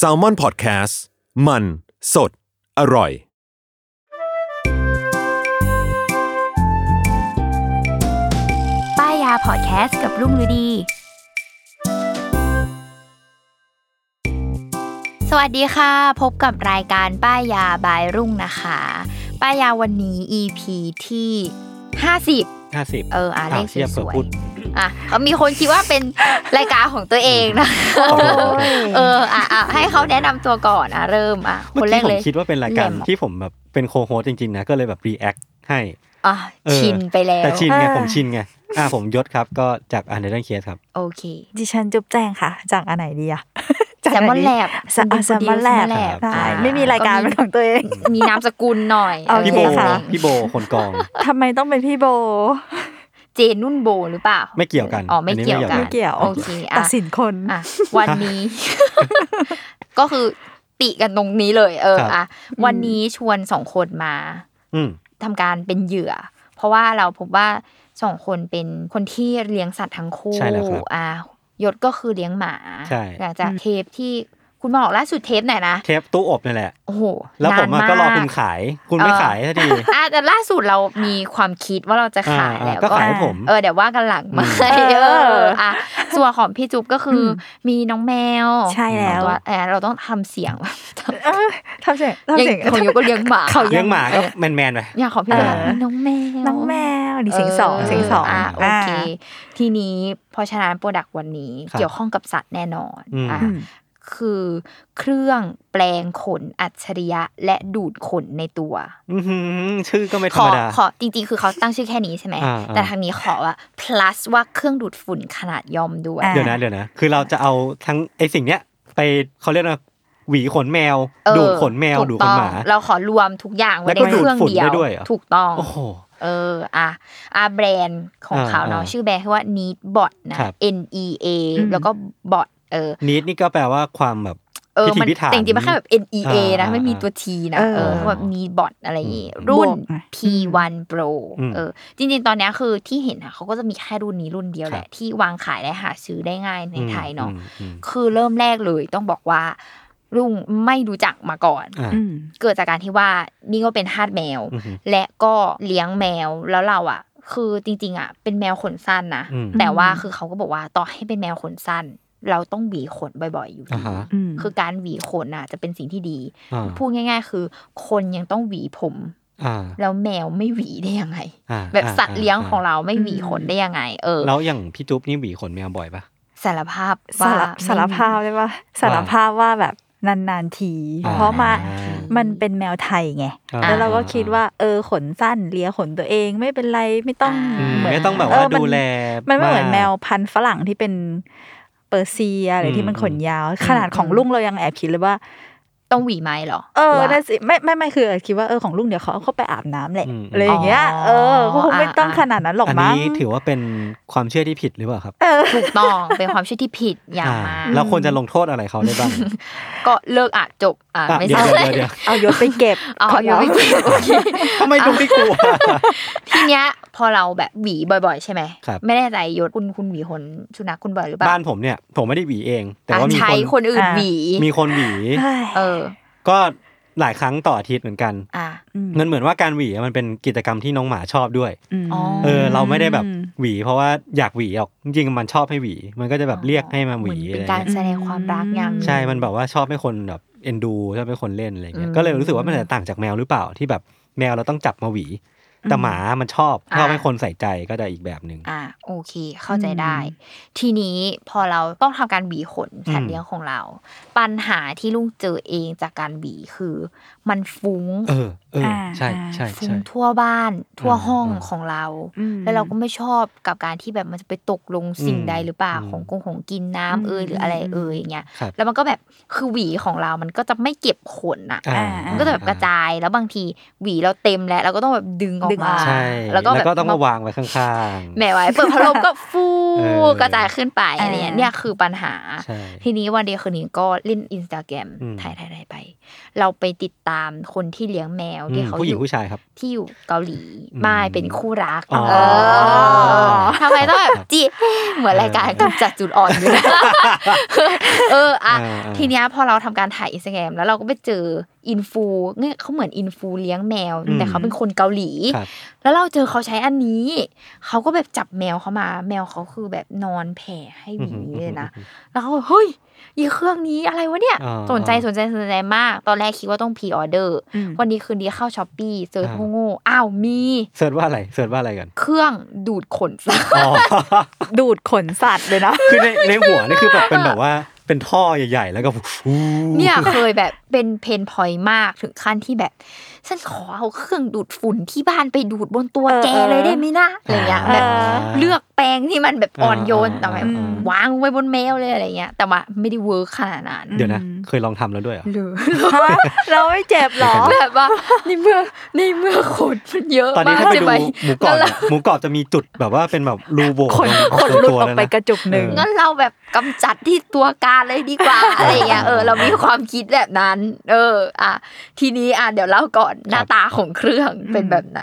s a l m o n PODCAST มันสดอร่อย ป้ายยาพอดแคสต์กับรุ่งฤดี สวัสดีค่ะ พบกับรายการป้ายยาบายรุ่งนะคะ ป้ายยาวันนี้ EP ที่ 50 ห้าสิบ เอออ่ะเลขส เทียบกับ วย พูด ๆอ่ะเขามีคนคิดว่าเป็น รายการของตัวเอง นะ เอออ่ะอ่ะให้เขาแนะนำตัวก่อนอ่ะเริ่มอ่ะ เมื่ ค อน แร กี้ ก ผ เล ม ย คิดว่าเป็นรายการ แหม่ม ที่ผมแบบเป็นโคโฮสจริงๆนะก็เลยแบบรีแอคให้ อ่ะ เออ ชินไปแล้ว แต่ชินไง อ่า ผมชินไงอ่าผมยศครับก็จากอันเดอร์เคสครับ โอเค ดิฉันจุ๊บแจงค่ะ จากอันไหนดีอะ จาก แซมม ไห อนแลบ สะอาแซมมอนแลบ แลบ ได้ อ่ะ ไม่มีรายการเป็นของตัวเอง มีนามสกุลหน่อย โอเค พี่โบ เออ ค่ะ พี่โบคนกอง ทำไมต้องเป็นพี่โบ เจนุ่นโบหรือเปล่า ไม่เกี่ยวกัน อ๋อไม่เกี่ยวกัน ไม่เกี่ยว โอเคอ่ะ ตัดสินคน อ่ะวัน นี้ ก็คือติกันตรงนี้เลย เออ ครับ อ่ะวันนี้ชวนสองคนมา อืม ทำการเป็นเหยื่อ เพราะว่าเราพบว่าสองคนเป็นคนที่เลี้ยงสัตว์ทั้งคู่ ใช่แล้วครับ อ่ะยศก็คือเลี้ยงหมา ใช่ หลังจากเทปที่คุณบอกล่าสุดเทปไหนนะ เทปตู้อบนี่แหละ โอ้โห แล้วผมอะ นาน ก็รอคุณ มาก ขาย คุณไม่ เออ ขายสักที อ่ะแต่ล่าสุดเรามีความคิดว่าเราจะขาย อ่า แล้ว ก็ขายให้ผม เออเดี๋ยวว่ากันหลังไหมา อืม เอ เอ อ อ อ่ะ ส่วนของพี่จุ๊บก็คืออ ม มีน้องแมว ใช่แล้ว ตัวเออเราต้องทำเสียง เออทำเสียงทำเสียง อย่างของยกก็เลี้ยงหมา เขา เลี้ยงหมาก็ ออ แมนแมนๆไป อย่างของพี่ก็ เออ มีน้องแมว น้องแมวนี่เสียงสอง เ เสียงสอง อ่ะโอเค า ทีนี้เพราะฉะนั้นโปรดักต์วันนี้ ครับ เกี่ยวข้องกับสัตว์แน่นอน อืม อ่ะ อืม คือเครื่องแปลงขนอัจฉริยะและดูดขนในตัว อื้อหือชื่อก็ไม่ธ ข รร อ มดา ขอจริงๆ คือเขาตั้งชื่อแค่นี้ใช่ไหม อ่าๆ แต่ทางนี้ขอว่า plus ว่าเครื่องดูดฝุ่นขนาดย่อมด้วย า เดี๋ยวนะเดี๋ยวนะคือเราจะเอาทั้งไอสิ่งเนี้ย ไปเขาเรียกว่าหวีขนแมว เออ ดูดขนแมว ถูก ดูดขนหมา ต้องเราขอรวมทุกอย่างไว้ แล้ว ใน ก็ เครื่อง ดูดฝุ่น เดียว ได้ด้วยเหรอ ถูกต้อง โอ้โห เออ อ่ะ อ่ะแบรนด์ของเขาเนาะ อ่าๆ ชื่อแบรนด์คือว่า need bot นะ ครับ N E A อืม แล้วก็ bot เออ นีดนี่ก็แปลว่าความแบบ เออ พิถี มัน พิถัน แต่จริงๆมันแค่แบบ N E A นะ อ่าๆ ไม่มีตัว T นะ เออ เออแบบ need bot อะไรอย่างงี้ อืม รุ่น บวกหน่อย P 1 Pro อืม เออ จริงๆ ตอนเนี้ยคือที่เห็นอะเขาก็จะมีแค่รุ่นนี้รุ่นเดียว ครับ แหละ ที่วางขายและหาซื้อได้ง่ายในไทยเนาะ อืมอืม คือเริ่มแรกเลยต้องบอกว่ารุ่งไม่รู้จักมาก่อน อ่า อืม เกิดจากการที่ว่านี่ก็เป็นทาสแมว อือหือ และก็เลี้ยงแมวแล้วเราอ่ะ คือจริง ๆอ่ะเป็นแมวขนสั้นนะ อืม แต่ว่าคือเขาก็บอกว่าต่อให้เป็นแมวขนสั้น เราต้องหวีขนบ่อย ๆ อยู่ อ่า ดี ฮะ อืม คือการหวีขนอ่ะจะเป็นสิ่งที่ดี อ่า พูดง่าย ๆ คือ คนยังต้องหวีผม อ่า แล้วแมวไม่หวีได้ยังไง อ่า แบบสัตว์เลี้ยง า ของเราไม่หวีขนได้ยังไง เออ แล้วอย่างพี่จุ๊บนี่หวีขนแมวบ่อยปะ สารภาพ สา ว่าร ไม่ สารภาพได้ปะสารภาพว่าแบบนานๆที อ่า เพราะมามันเป็นแมวไทยไง อ่ แล้วเราก็คิดว่าเออขนสั้นเลียขนตัวเองไม่เป็นไรไม่ต้อง อืม เหมือน ไม่ต้องแบบว่าเมัน ดูแล มันไม่เหมือน าก แมวพันธุ์ฝรั่งที่เป็นเปอร์เซียหรือ ม ที่มันขนยาว อืม ขนาดของลุงเรายังแอบคิดเลยว่า ต้องหวีไหมเหรอ เออ ว่า น่าสิไม่ไม่ไม่คือคิดว่าเออของลุงเดี๋ยวเขาเอาเขาไปอาบน้ำแหละ อืม อะไรอย่างเงี้ย อ๋อ เออเขาคงไม่ต้อง อ่ะ ขนาดนั้นหรอก อัน มั้ง นี้ถือว่าเป็นความเชื่อที่ผิดหรือเปล่าครับ เออ ถูกต้อง เป็นความเชื่อที่ผิดอย่างมาก แล้วควรจะลงโทษอะไรเขาได้บ้าง ก็เลิกอ่ะจบอ่ะ อ่ะ ไม่ เดี๋ย ใช่ วเดี๋ยวเดี๋ยว เอายศไปเก็บ อ๋อ ขง อยู่ไม่ เรา เกี่ยวโอเค ทำไมดูไม่กลัว ทีเนี้ยพอเราแบบหวีบ่อย ๆ ใช่ไหม ครับ ไม่แน่ใจยศคุณคุณหวีขนสุนัขคุณบ่อยหรือเปล่า บ้านผมเนี่ย ผมไม่ได้หวีเอง แต่ว่า อ่ะ มี ใช้ คน คนอื่นหวี มีคนหวี เฮ้ย เออ ก็หลายครั้งต่ออาทิตย์เหมือนกัน อ่ะ ม มันเหมือนว่าการหวีมันเป็นกิจกรรมที่น้องหมาชอบด้วย ม อ๋อ เออเราไม่ได้แบบหวี เพราะว่าอยากหวีหรอกจริงๆมันชอบให้หวี มันก็จะแบบเรียกให้มาหวี เอน อะ เป็นไรเงี้ย การแสดงความรักอย่างหง ใช่ มันแบบว่าชอบให้คนแบบเอ็นดูชอบให้คนเล่นอะไรเงี้ อื ย ม ก็เลยรู้สึกว่ามันแตกต่างจากแมวหรือเปล่าที่แบบแมวเราต้องจับมาหวี แต่หมามันชอบ อ่า ชอบให้คนใส่ใจก็จะอีกแบบหนึ่ง อ่าโอเคเข้าใจได้ ทีนี้พอเราต้องทำการบีขนสัตว์ อืม เลี้ยงของเรา ปัญหาที่ลุงเจอเองจากการบีคือ มันฟุ้ง เออเออ อ่า ใช่ อ่า ใช่ ฟุ้ง ใช่ ทั่วบ้าน ทั่วห้อง อืม ของเรา อืม แล้วเราก็ไม่ชอบกับการที่แบบมันจะไปตกลงสิ่ง อืม ใดหรือเปล่า อืม ของกงของกินน้ำ อืม เอยหรืออะไรเอยอย่างเงี้ย ครับ แล้วมันก็แบบคือหวีของเรามันก็จะไม่เก็บขนอ่ะ อ่า มันก็จะแบบกระจายแล้วบางทีหวีเราเต็มแล้ว เราก็ต้องแบบดึงออ ดึ ก งอ มา อก ใช่ แล้ แล้ว ว ก็ ก็ แบบ ต้อมามงาวางไว้ข้างๆ แหมไว้เปิดพัดลมก็ฟู เออ กระจายขึ้นไปอะไรเงี้ย เออ เนี่ยคือปัญหา ใช่ ทีนี้วันเดียวคืนนี้ก็เล่นอินสตาแกรม อืม ถ่ายถ่ายถ่ายไป เราไปติดตามคนที่เลี้ยงแมวที่เขา ผู้ห อ ญิง ยู่ ผู้ชายครับ ที่อยู่เกาหลี อืม ไม่เป็นคู่รัก อ๋อ เออทำไมต้องแบบจีเหมือนรายการกำจัดจุดอ่อนอยู่นะเอออ่ะ เออเออ ทีเนี้ยพอเราทำการถ่ายอินสตาแกรมแล้วเราก็ไปเจออินฟูเนี่ยเขาเหมือนอินฟูเลี้ยงแมว อืม แต่เขาเป็นคนเกาหลี ครับ แล้วเราเจอเขาใช้อันนี้ เขาก็แบบจับแมวเขามา แมวเขาคือแบบนอนแผ่ให้หวีเลยนะ แล้วเขาก็เฮ้ยยี่เครื่องนี้อะไรวะเนี่ย อ๋อ สนใจสนใจสนใจมาก ตอนแรกคิดว่าต้องพรีออเดอร์ อืม วันนี้คืนนี้เข้าช้อปปี้เจอ อ่า โง่ๆอ้าวมี เสิร์ชว่าอะไรเสิร์ชว่าอะไรกัน เครื่องดูดขน สัตว์ อ๋อ ดูดขนสัตว์เลย นะ คือในในหัวนี่คือแบบเป็นแบบว่าเป็นท่อใหญ่ๆ แล้วก็ฟู เนี่ยเคยแบบเป็นเพนพอยมากถึงขั้นที่แบบฉันขอเอาเครื่องดูดฝุ่นที่บ้านไปดูดบนตัว เออ แกเลยได้ไหมนะอะไรเงี้ยแบบ อ่า เลือกแปรงที่มันแบบอ่อนโยนแต่แบบ อ่าอ่าอ่าว างไว้บนแมวเลยอะไรเงี้ย แต่ว่าไม่ได้เวิร์คขนาดนั้น เดี๋ยวนะ เคยลองทำแล้วด้วยเหรอ เลย ฮะเราไม่เจ็บเหรอ แบบว่าในเมื่อในเมื่อขนมันเยอะ ตอนนี้ มาก ถ้าไป ใช่ ดู ไหม หมูกรอบ งั้นเรา เนี่ยหมูกรอบจะมีจุดแบบว่าเป็นแบบรูโหว่ ขน ตรง ขนหลุด ตัว ออก แวนะ ไปกระจุกหนึ่ง เออ งั้นเราแบบกำจัดที่ตัวการเลยดีก ว่า อะไรอย่างเงี้ยเออเรามีความคิดแบบนั้น เออ อ่ะทีนี้อ่ะเดี๋ยวเล่าก่อนหน้าตาของเครื่อง อืม เป็นแบบไหน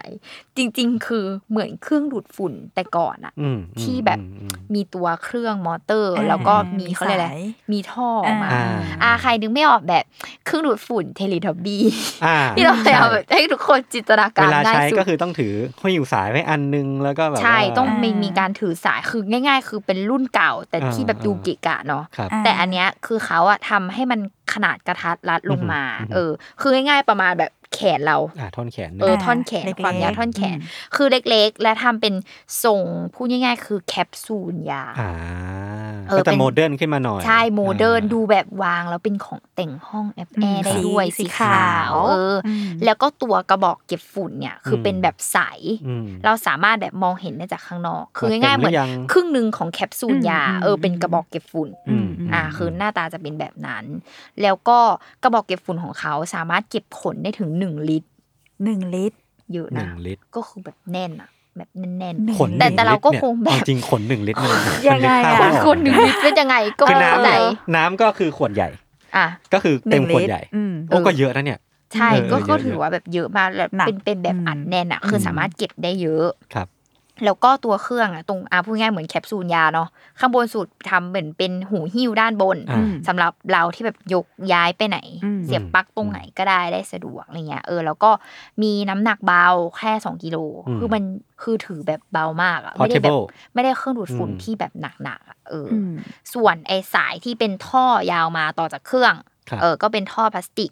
จริง ๆ คือเหมือนเครื่องดูดฝุ่นแต่ก่อนอ่ะ อืมอืม ที่แบบ อืม มีตัวเครื่องมอเตอร์ อ่า แล้วก็มี มี เขาเรียกอะไร สาย มีท่อออกมา อ่า อ่ะใครนึกไม่ออกแบบเครื่องดูดฝุ่นเทเลทอบ บี้ อ่า ที่เราพยายามแบบให้ทุกคนจินตนาการ เวลา ง่าย ใช้ สุด ก็คือต้องถือห้อยอยู่สายไว้อันนึงแล้วก็แบบ ใช่ ว่า ต้องมี อ่ามี มีการถือสายคือง่าย ๆ คือเป็นรุ่นเก่า แต่ อ่า ที่แบบดูเกิกะเนาะ ครับ แต่อันเนี้ยคือเขาอะทำให้มันขนาดกระทัดรัดลงมา อือหือ เออ คือง่ายๆประมาณแบบแขนเรา อ่าท่อนแขนหนึ่ง เออท่อนแขน เล็กๆ ความยาวท่อนแขน อืม คือเล็กๆ และทำเป็นทรงพูดง่าย ๆ คือแคปซูลยา อ่า เออ ก็ เป็นจะโมเดิร์นขึ้นมาหน่อย ใช่โมเดิร์น อ่า ดูแบบวางแล้วเป็นของแต่งห้องแอบแอร์ได้ สี ด้วยสีสีขา ขาว ว เอออ ม แล้วก็ตัวกระบอกเก็บฝุ่นเนี่ยคืออ ม เป็นแบบใส อืม เราสามารถแบบมองเห็นได้จากข้างนอก คือ ว่าเต็ม ง่ายๆเหมือน หรือยัง ครึ่งหนึ่งของแคปซูลยา อืม เอออ ม เป็นกระบอกเก็บฝุ่น อืม อ่า คือหน้าตาจะเป็นแบบนั้น แล้วก็กระบอกเก็บฝุ่นของเขาสามารถเก็บขนได้ถึง 1 ลิตร หนึ่งลิตร เยอะ หนึ่ นะ งลิตร ก็คือแบบแน่นอะแบบแน่น หนึ่ง ขน แต่แต่เราก็ หนึ่ คงแบบ ลิตรเนี่ยเอาจริงขนหนึ่งลิตรมัน ยังไงอะ มัๆกภาพไม่ออก ขนหนึ่งลิตรเป็นยังไงก็ คือ ไม่ น้ เข้าใจ ำน้ำก็คือขวดใหญ่ อ่ะ ก็คือ ห เต็ นึ่ ม ง ขวด ลิตร ใหญ่ อืม โอ้ก็เยอะนะเนี่ย ใช่ เออ ก็ เยอะ ก็ เยอะ ถือว่าแบบเยอะมากแบบ หนัก เป็นเป็นแบบ อืม อัดแน่นอะคืออ ม สามารถเก็บได้เยอะ แล้วก็ตัวเครื่องอะตรงอ่ะพูดง่ายเหมือนแคปซูลยาเนาะข้างบนสุดทำเหมือนเป็นหูหิ้วด้านบน อ่า อืม สำหรับเราที่แบบยกย้ายไปไหน อืม เสียบปลั๊กตรงไหนก็ได้ได้สะดวกอะไรเงี้ยเออแล้วก็มีน้ำหนักเบาแค่2กิโล อืม คือมันคือถือแบบเบามากอะไม่ได้แบบ portable ไม่ได้เครื่องดูดฝุ่น อืม ที่แบบหนักๆอะเอออ อืม ส่วนไอสายที่เป็นท่อยาวมาต่อจากเครื่อง ครับ เออก็เป็นท่อพลาสติก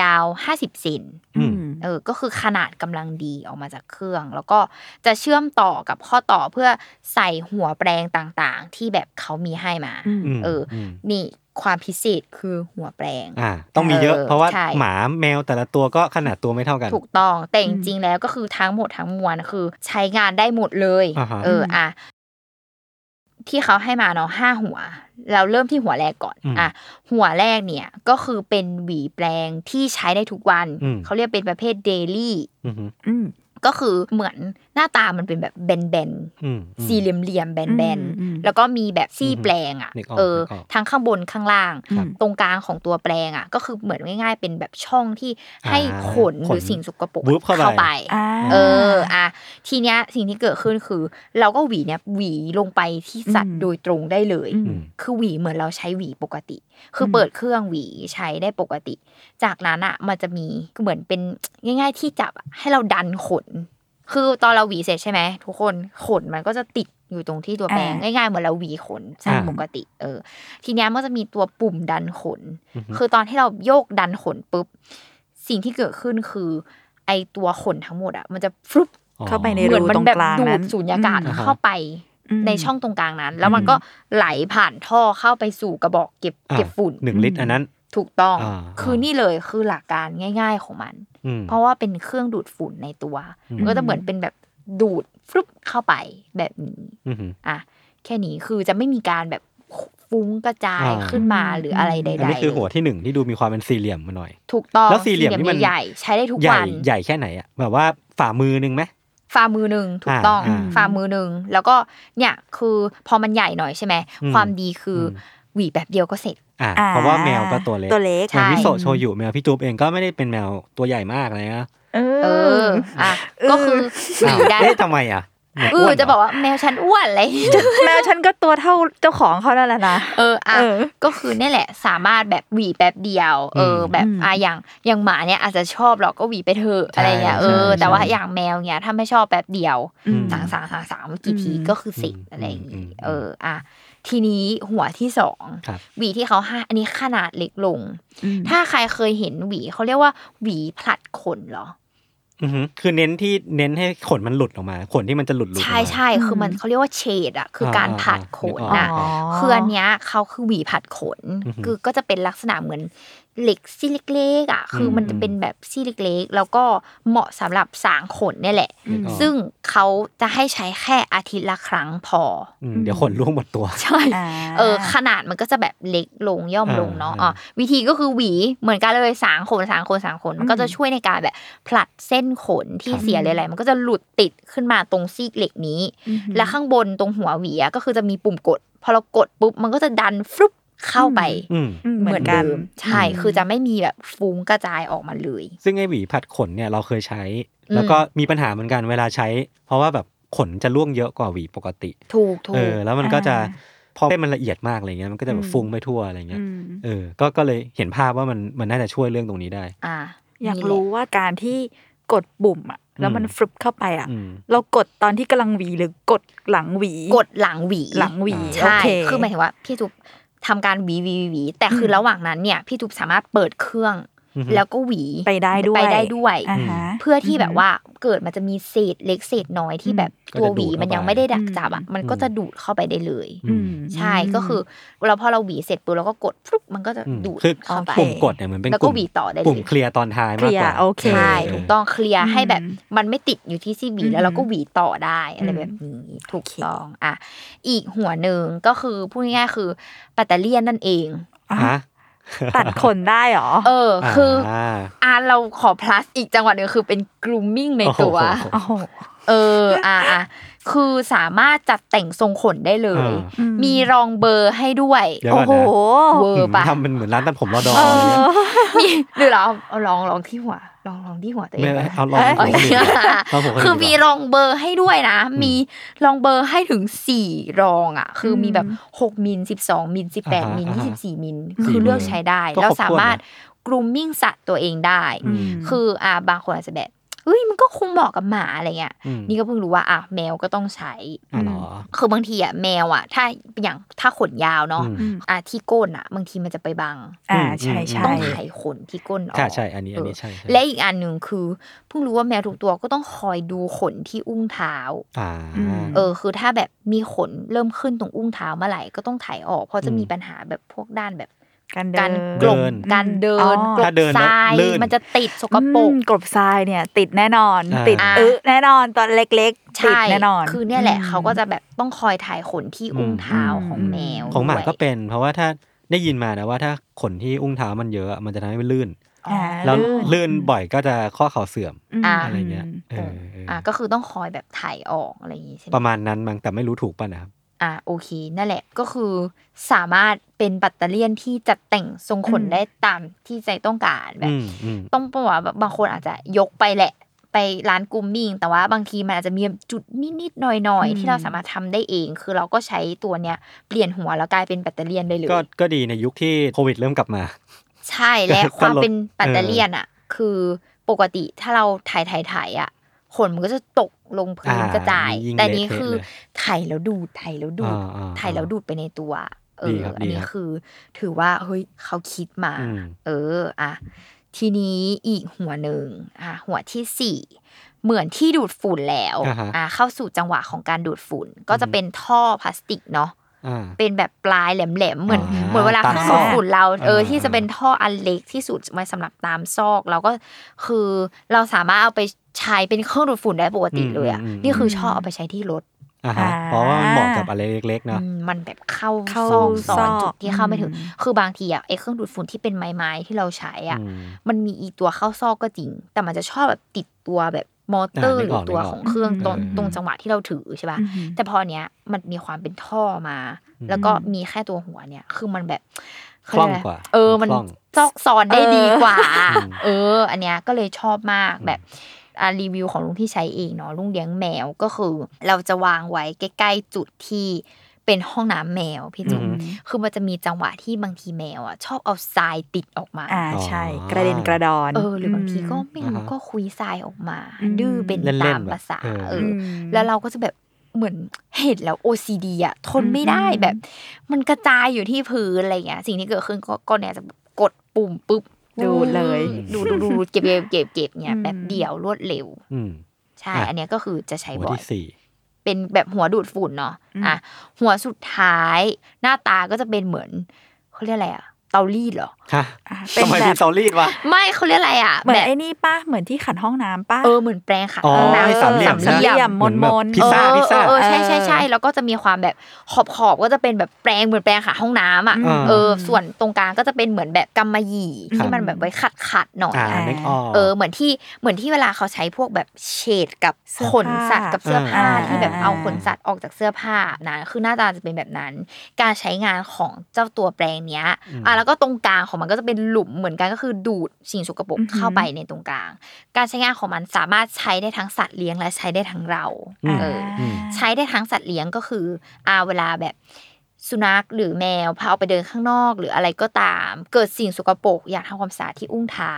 ยาว 50เซน อืม เออก็คือขนาดกำลังดีออกมาจากเครื่อง แล้วก็จะเชื่อมต่อกับข้อต่อเพื่อใส่หัวแปรงต่างๆ ที่แบบเขามีให้มา อืม เอออ ม นี่ความพิเศษคือหัวแปลง อ่า ต้องมีเยอะ เออ เพราะว่า ใช่ หมาแมวแต่ละตัวก็ขนาดตัวไม่เท่ากัน ถูกต้องแต่จ อืม ริงๆแล้วก็คือทั้งหมดทั้งมวลคือใช้งานได้หมดเลย อ่าฮะ เอออ่ะที่เขาให้มาเนาะห้าหัว เราเริ่มที่หัวแรกก่อนอ่ะหัวแรกเนี่ยก็คือเป็นหวีแปลงที่ใช้ได้ทุกวัน เขาเรียกเป็นประเภทเดลี่ อืมอืม อืม ก็คือเหมือนหน้าตามันเป็นแบบแบน อืม ๆสี่เหลี่ยมๆแบน อืมอืม ๆแล้วก็มีแบบซี่แปลงอ่ะ นึกออก เออ นึกออก ทั้งข้างบนข้างล่าง อืม ตรงกลางของตัวแปลงอ่ะก็คือเหมือนง่ายๆ เป็นแบบช่องที่ให้ อ่า ขนห ขน รือสิ่งสกปรก วูบเข้าไป อ่า เอออ่ะทีเนี้ยสิ่งที่เกิดขึ้นคือ เราก็หวีเนี่ยหวีลงไปที่สัต อื ว์ ม โดยตรงได้เลย อืม คือหวีเหมือนเราใช้หวีปกติ คืออ ม เปิดเครื่องหวีใช้ได้ปกติ จากนั้นอ่ะมันจะมีเหมือนเป็นง่าย ๆ ที่จับอะให้เราดันขน คือตอนเราหวีเสร็จใช่ไหมทุกคนขนมันก็จะติดอยู่ตรงที่ตัวแปรงง่ายๆเหมือนเราหวีขนสัตว์ อ่า ปกติเออ ทีเนี้ยมันจะมีตัวปุ่มดันขน อืม คือตอนที่เราโยกดันขนปุ๊บ สิ่งที่เกิดขึ้นคือ ไอตัวขนทั้งหมดอะมันจะฟลุป อ๋อ เข้าไปใน เหมื รู อนมั ตร น ง แบบ กลาง ดู นั้ ด น สูญญากาศ อืม เข้าไป ม ในช่องตรงกลางนั้น แล้วมันก็ไหลผ่านท่อเข้าไปสู่กระบอกเก็บ อ่า เก็บฝุ่น หนึ่งลิตรอันนั้น ถูกต้อง อ่า คือนี่เลยคือหลักการง่าย ๆของมัน อืม เพราะว่าเป็นเครื่องดูดฝุ่นในตัว อืม มันก็จะเหมือนเป็นแบบดูดฟลุปเข้าไปแบบนี้ อือหือ อ่ะแค่นี้คือจะไม่มีการแบบฟุ้งกระจาย อ่า ขึ้นมาหรืออะไรใด อันนี้ ๆ คือหัวที่หนึ่งที่ดูมีความเป็นสี่เหลี่ยมมาหน่อย ถูกต้อง แล้วสี่เหลี่ยมนี่มัน ใหญ่ๆใช้ได้ทุก ใหญ่ วัน ใหญ่แค่ไหนอ่ะแบบว่าฝ่ามือหนึงไหม ฝ่ามือหนึ่งถูก อ่า ต้อง อ่า ฝ่ามือหนึ่งแล้วก็เนี่ยคือพอมันใหญ่หน่อยใช่ไหม อืม ความดีคืออ ม หวีแบบเดียวก็เสร็จ อ่ะ อ่ เพราะว่าแมวก็ตัวเล็ก ตัวเล็ก ใช่ แมวมิโซะโชยุแมวพี่จูบเองก็ไม่ได้เป็นแมวตัวใหญ่มากเลยนะ เอ เอ อ ออ่ะ เออ ก็คือหวี อ้าว ได้ เอ๊ะทำไมอ่ะแมว เออ วนเหร จะบอกว่าแมวฉันอ้วนอะไร แมวฉันก็ตัวเท่าเจ้าของเขานั่นแหละนะ เอออ่ะ เออ ก็คือเนี่ยแหละสามารถแบบหวีแป๊บเดียว เออ แบบ อืม อ่ะอย่างอย่างหมาเนี่ยอาจจะชอบหรอกก็หวีไปเถอะอะไรเงี้ยเออแต่ว่าอย่างแมวเนี่ยถ้าไม่ชอบแป๊บเดียว อืม สางสางสางสางกี่ที อืม ก็คือสิบ อืม อะไรอย่าง อื งี้ ม เอออ่ะทีนี้หัวที่สอง ครับ หวีที่เขาให้อันนี้ขนาดเล็กลง อืม ถ้าใครเคยเห็นหวีเขาเรียกว่าหวีผลัดขนเหรอ อือหือคือเน้นที่เน้นให้ขนมันหลุดออกมา ขนที่มันจะหลุดหลุดออก ใช่ มา ใช่คือมันเขาเรียกว่าเฉดอะคือการ อ่า ผลัดขน อ่า นะ อ่า คืออันเนี้ยเขาคือหวีผลัดขน อือหือ คือก็จะเป็นลักษณะเหมือนเหล็กซี่เล็กๆอะคืออ ม มันจะเป็นแบบซี่เล็กๆ แล้วก็เหมาะสำหรับสางขนเนี่ยแหละ อืม ซึ่งเขาจะให้ใช้แค่อาทิตย์ละครั้งพอ อืมเดี๋ยวขนร่วงหมดตัว ใช่ เออขนาดมันก็จะแบบเล็กลงย่อมลงเนาะอ๋อ อ่า วิธีก็คือหวีเหมือนกันเลยสางขนสางขนสางขน มันก็จะช่วยในการแบบผลัดเส้นขนที่เสียหลายๆมันก็จะหลุดติดขึ้นมาตรงซีกเหล็กนี้ อือหือ และข้างบนตรงหัวหวีอะก็คือจะมีปุ่มกด พอเรากดปุ๊บมันก็จะดันฟลุปเข้าไป อืม อืมเหมือนกัน ดิใช่คือจะไม่มีแบบฟุ้งกระจายออกมาเลย ซึ่งไอหวีผัดขนเนี่ยเราเคยใช้ อืม แล้วก็มีปัญหาเหมือนกันเวลาใช้ เพราะว่าแบบขนจะร่วงเยอะกว่าหวีปกติ ถูกถู เอก อ แล้วมันก็จะ อ่ พอเส้นมันละเอียดมากอะไรเงี้ยมันก็จะแบบ อืม ฟุ้งไปทั่วอะไรเงี้ย อืม เออก็ก็เลยเห็นภาพว่ามันมันน่าจะช่วยเรื่องตรงนี้ได้ อ่า อยาก นี่แหละ รู้ว่าการที่กดบุ่มอะแล้วมัน อืม ฟลุปเข้าไปอะ อืม เรากดตอนที่กำลังหวีหรือกดหลังหวี กดหลังหวี หลังหวี ใช่ โอเค คือหมายถึงว่าพี่ทุบทำการหวีหวีหวีหวีแต่คืออ ม ระหว่างนั้นเนี่ยพี่ทุบสามารถเปิดเครื่อง อือฮึ แล้วก็หวี ไปได้ด้วย ไปได้ด้วย อ่าฮะ เพื่อที่ อือฮึ แบบว่าเกิดมันจะมีเศษเล็กเศษน้อยที่แบบ ก็จะ ตัวหวี ดูดเข้า มันยัง ไป ไม่ได้ดักจับอ่ะ อืม มันก็จะดูดเข้าไปได้เลย อืม อืม ใช่ก็คือเราพอเราหวีเสร็จปุ๊บเราก็กดปุ๊บมันก็จะ อืม ดูด คือ เข้าไป ปุ่มกดเนี่ยเหมือนเป็น แล้วก็ ปุ่ม หวีต่อได้เลย ปุ่มเคลียร์ตอนท้ายมากกว่า เคลียร์โอเค ใช่ เ ถูกต้องเคลียร์ให้แบบ อืม มันไม่ติดอยู่ที่ซีบี อืม แล้วเราก็หวีต่อได้อะไรแบบนี้ ถูกต้องอ่ะอีกหัวหนึ่งก็คือพูดง่ายๆคือปัตเตอเลียนนั่นเอง อ่ะ ฮะ ตัดขนได้เหรอ เออ คืออา อ่ะเราขอ plus อีกจังหวะหนึ่งคือเป็น grooming ในตัว โอ้โห โอ้โห เอออ่ะอ่ะคือสามารถจัดแต่งทรงขนได้เลย อ่า อื มีรองเบอร์ให้ด้วย เดี๋ยว โอ้ ก่อน โห นะ เวอร์ปะ ทำเป็นเหมือนร้านตัดผมรอดอ เออ มีหรือเราเอาเอาลองลองที่หัวลองลองที่หัวตัวเอ ไม่ ง ไม่ ก่น เอาลอง โอ ผมคน เค อื่นดีกว่าลองผมคน คื อื่ อน ดี มี กว่า รองเบอร์ให้ด้วยนะ มีรองเบอร์ให้ถึงสี่รองอ่ะ คือมีแบบหกมิลสิบสองมิลสิบแปด อ่าฮะ มิล อ่า ยี่ ฮะ สิบสี่มิล อืม คือเลือกใช้ได้ ก็ครบ แล้วสามารถ ถ้วน กรูมมิ่งสัตว์ตัวเองได้ อืม คืออ่าบางคนอาจจะแบบเฮ้ยมันก็คงเหมาะกับหมาอะไรเงี้ย อืม นี่ก็เพิ่งรู้ว่าอ่ะแมวก็ต้องใช้ อ๋อเหรอ คือบางทีอ่ะแมวอ่ะ ถ้าอย่างถ้าขนยาวเนาะ อืม อ่ะที่ก้นอ่ะ บางทีมันจะไปบัง อ่าใช่ อืม ใช่ ต้องไถขนที่ก้นออก ใช่ใช่อันนี้อันนี้ใช่ใช่ และอีกอันหนึ่งคือเพิ่งรู้ว่าแมวทุกตัวก็ต้องคอยดูขนที่อุ้งเท้า อ่า เออ คือถ้าแบบมีขนเริ่มขึ้นตรงอุ้งเท้าเมื่อไหร่ก็ต้องไถออก เพราะจะมี อืม ปัญหาแบบพวกด้านแบบ การเดิ การ น กลบ เดิน การเดิ อ๋ น อ กล ถ้า บ เดินทแล้ว ราย ลื่น มันจะติดสกปรก อืมกลบทรายเนี่ย ติดแน่นอน อ่า ติด อ่า อึแน่นอนตอนเล็กๆติด ใช่ แน่นอน คือเนี่ยแหละ ม เขาก็จะแบบต้องคอยถ่ายขนที่อุ้งเท้า อืม ของแมว ของหมา ด้วย ก็เป็น เพราะว่าถ้าได้ยินมานะว่าถ้าขนที่อุ้งเท้ามันเยอะอะมันจะทำให้มันลื่น อ๋อ อ่า แล้ว ลื่น ลื่นบ่อยก็จะข้อเข่าเสื่อม ม อ่า อะไรเงี้ยเออเอออ อ่ะก็คือต้องคอยแบบถ่ายออกอะไรอย่างงี้ใช่ไหม ประมาณนั้นมั้งแต่ไม่รู้ถูกป่ะนะครับ อ่ะโอเค นั่นแหละก็คือสามารถเป็นแบัตเตอเลียนที่จัดแต่งทรงขนได้ตามที่ใจต้องการแบบ อืมอืม ต้องบอกว่าแบบบางคนอาจจะยกไปแหละ ไปร้านกรูมมิ่งแต่ว่าบางทีมันอาจจะมีจุดนิดๆหน่อย อืม ๆ ที่เราสามารถทำได้เอง คือเราก็ใช้ตัวเนี้ยเปลี่ยนหัวแล้วกลายเป็นแบตเตอเลียนได้เลย ก็ก็ดีในยุคที่โควิดเริ่มกลับมา ใช่และ ก็ ความเป็น ลด แบตเตอเลียนอ่ะ คือปกติถ้าเราถ่ายถ่ายถ่ายๆๆอ่ะขนมันก็จะตกลงพื้น อ่าก ระจาย ยิ่ง แต่นี้ เละเทะ คือ เลย ถ่ายแล้วดูดถ่ายแล้วดูด อ่าอ่าอ่า ถ่ายแล้วดูดไปในตัว เอ ดี อ ครับ อัน ดี นี้ ครับ คือ ถือว่าเฮ้ยเขาคิดมา อืม เออ อ่ะ ทีนี้อีกหัวหนึ่ง อ่ะ หัวที่สี่ เหมือนที่ดูดฝุ่นแล้ว อ่าฮะ อ่าเข้าสู่จังหวะของการดูดฝุ่น ก็จะเป็นท่อพลาสติกเนาะ อ่า เป็นแบบปลายแหลมๆเหมือน อ่า เหมือนเวลาขัตามด ซ ซ อ อก กฝุ่นเราเออ เออ ที่จะเป็นท่ออันเล็กที่สุดไว้สำหรับตามซอกเราก็คือเราสามารถเอาไปใช้เป็นเครื่องดูดฝุ่นได้ปกติเลยอะนี่คือชอบเอาไปใช้ที่รถ อ่าฮะ อ่า เพราะว่ามันเหมาะกับอะไรเล็กๆเนอะ อืมมันแบบเข้า เข้า ซอกซ ซ อ อน ก จุดที่เข้าไม่ถึง อืม คือบางทีอะไอเครื่องดูดฝุ่นที่เป็นไม้ๆที่เราใช้อ่ะ อืม มันมีอีตัวเข้าซอกก็จริง แต่มันจะชอบแบบติดตัวแบบมอเตอร์ อ่า ห นึ รือกออก ตัว นึกออก ของเครื่องตรง อืม ตรงจังหวะที่เราถือใช่ป่ะ อือหือ แต่พอเนี้ยมันมีความเป็นท่อมา แล้วก็มีแค่ตัวหัวเนี่ย คือมันแบบเขเรียะไร คล่องกว่า เออมัน คล่อง ซอกซอนได้ เออ ดีกว่า อืม เออ อันเนี้ยก็เลยชอบมาก อืม แบบอ่ะรีวิวของลุงที่ใช้เองเนาะลุงเลี้ยงแมวก็คือ เราจะวางไว้ใกล้ๆจุดที่เป็นห้องน้ำแมวพี่จุ๊บ อืม คือมันจะมีจังหวะที่บางทีแมวอ่ะชอบเอาทรายติดออกมา อ่าใช่ อ๋อ กระเด็นกระดอน เออหรือบางทีก็ไม่รู้ อ่าฮะ ก็คุยทรายออกมา อืม ดื้อเป็น เล่นๆ ตาม แบบ ภาษา เออ เอออืม อแล้วเราก็จะแบบเหมือนเห็นแล้ว OCD อ่ะทนไม่ได้ อืม แบบ มันกระจายอยู่ที่พื้นอะไรเงี้ยสิ่งที่เกิดขึ้นก็ก็เนี่ยจะกดปุ่มปุ๊บ ดูดเลย ดูดูดูเก็บเก็บเก็บเก็บเนี่ย อืม แบบเดี่ยวรวดเร็ว อืม ใช่ อ่ะ อันเนี้ยก็คือจะใช้ หัว บ่อย ที่สี่ เป็นแบบหัวดูดฝุ่นเนาะ อืม อ่ะหัวสุดท้าย หน้าตาก็จะเป็นเหมือนเขาเรียกอะไรอ่ะเตารีดเหรอ ฮะ อ่ะเป็ ทำ น ไม แบ มี บ เตารีดวะ ไม่เขาเรียกอะไรอ่ะ เหมือน แบบ ไอ้นี่ป้าเหมือนที่ขัดห้องน้ำป้า เออเหมือนแปลงขัด อ๋อ ห้องน้ำ ไอ้สามเหลี่ยม สามเหลี่ยม เห ม มือนนแบ ม บ น พิซซ่า เออเออเออใช่ใช่ เออ ใช่แล้วก็จะมีความแบบขอบขอบก็จะเป็นแบบแปลงเหมือนแปลงขัดห้องน้ำอ่ะ อ่า เออ ส่วนตรงกลางก็จะเป็นเหมือนแบบกำมะหยี่ที่มันแบบไว้ขัดขัดๆหน่อย อ่า อะ นึกออก เออเหมือนที่เหมือนที่เวลาเขาใช้พวกแบบเฉดกับ เสื้อผ้า ขนสัตว์กับเสื้อผ้า อ่า ที่แบบเอาขนสัตว์ออกจากเสื้อผ้านะคือหน้าตาจะเป็นแบบนั้น การใช้งานของเจ้าตัวแปลงเนี้ย อืม อ่ะแล้วก็ตรงกลางของมันก็จะเป็นหลุมเหมือนกันก็คือดูดสิ่งสกปรกเข้าไปในตรงกลาง การใช้งานของมันสามารถใช้ได้ทั้งสัตว์เลี้ยงและใช้ได้ทั้งเรา อืม เออ ม ใช้ได้ทั้งสัตว์เลี้ยงก็คืออาเวลาแบบสุนัขหรือแมวพาเอาไปเดินข้างนอก หรืออะไรก็ตาม เกิดสิ่งสกปรกอยากทำความสะอาดที่อุ้งเท้า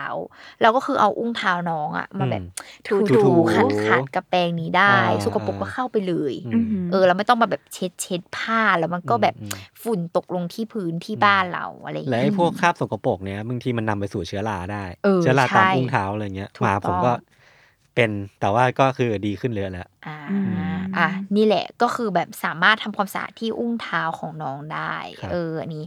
เราก็คือเอาอุ้งเท้าน้องอะมาแบบถู ถู ถู ๆ ขัดขัดๆกับแปรงนี้ได้ อ่า สกปรกก็เข้าไปเลย อืม หื เออเราไม่ต้องมาแบบเช็ดเช็ดผ้าแล้วมันก็แบบ อืม ฝุ่นตกลงที่พื้นที่บ้านเราอะไรอย่าง และ เงี้ย ไอ้พวกคราบสกปรกเนี้ยบางทีมันนำไปสู่เชื้อราได้ เออ อราตาม ใช่ อุ้งเท้าอะไรเงี้ย ถูก หมาผม ต้อง ก็เป็นแต่ว่าก็คือดีขึ้นเยอะแล้ว อ่า อืม อ่ะนี่แหละก็คือแบบสามารถทำความสะอาดที่อุ้งเท้าของน้องได้ ครับ เอออันนี้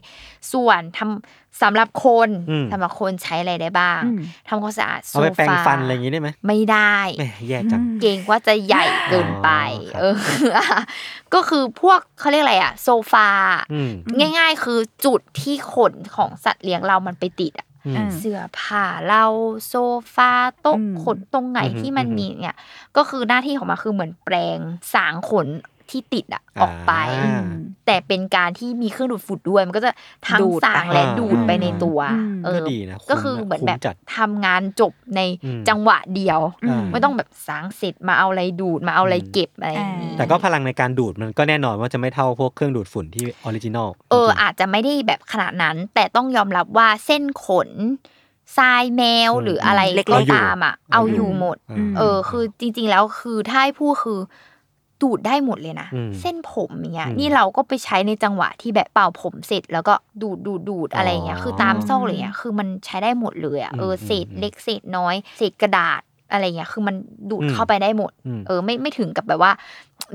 ส่วนทำสำหรับคน อืม สำหรับคนใช้อะไรได้บ้าง อืม ทำความสะอาดโซ เอาไปแปรง ฟา ฟันอะไรอย่างงี้ได้ไหม ไม่ได้ แหม่แย่จัง เกรงว่าจะใหญ่เกินไป อ๋อครัเออ บก็คือพวกเขาเรียกอะไรอะโซฟา อืม ง่าย ๆ คือจุดที่ขนของสัตว์เลี้ยงเรามันไปติดอะ อืม อืม เสื้อผ้าเราโซฟาโต๊ะ อืม ขนตรงไหน อือหือ ที่มันมีเนี่ย ก็คือหน้าที่ของมันคือเหมือนแปลงสางขนที่ติดอะ อ่า ออกไป อืม แต่เป็นการที่มีเครื่องดูดฝุ่นด้วย มันก็จะทั้ง ดูด สางและ อ่า ดูดไปในตัว อืม เอ ก็ อ ดีนะคุ้ม ก็คือเหมือนแบบ คุ้มจัด ทำงานจบใน อืม จังหวะเดียว อืม ไม่ต้องแบบสางเสร็จมาเอาอะไรดูดมาเอาอะไรเก็บอะไรอย่างนี้ แต่ก็พลังในการดูดมันก็แน่นอนว่าจะไม่เท่าพวกเครื่องดูดฝุ่นที่ออริจินอล เออ จริงๆ อาจจะไม่ได้แบบขนาดนั้น แต่ต้องยอมรับว่าเส้นขนทรายแมว อืม หรืออะไร เล็กๆ ก็ เอาอยู่ ตามอ่ะ เอาอยู่ เอาอยู่ หมด อ่า เออ คือจริง ๆ แล้วคือถ้าให้พูดคือดูดได้หมดเลยนะ อืม เส้นผมอย่างเงี้ย อืม นี่เราก็ไปใช้ในจังหวะที่แบบเป่าผมเสร็จแล้วก็ดูดดูดดูดอะไรเงี้ย อ๋อ คือตามซอกเลยเงี้ยคือมันใช้ได้หมดเลยอ่ะเอออ ม เศษเล็กเศษน้อยเศษกระดาษอะไรเงี้ยคือมันดูด อืม เข้าไปได้หมด อืม เออไม่ไม่ถึงกับแบบว่า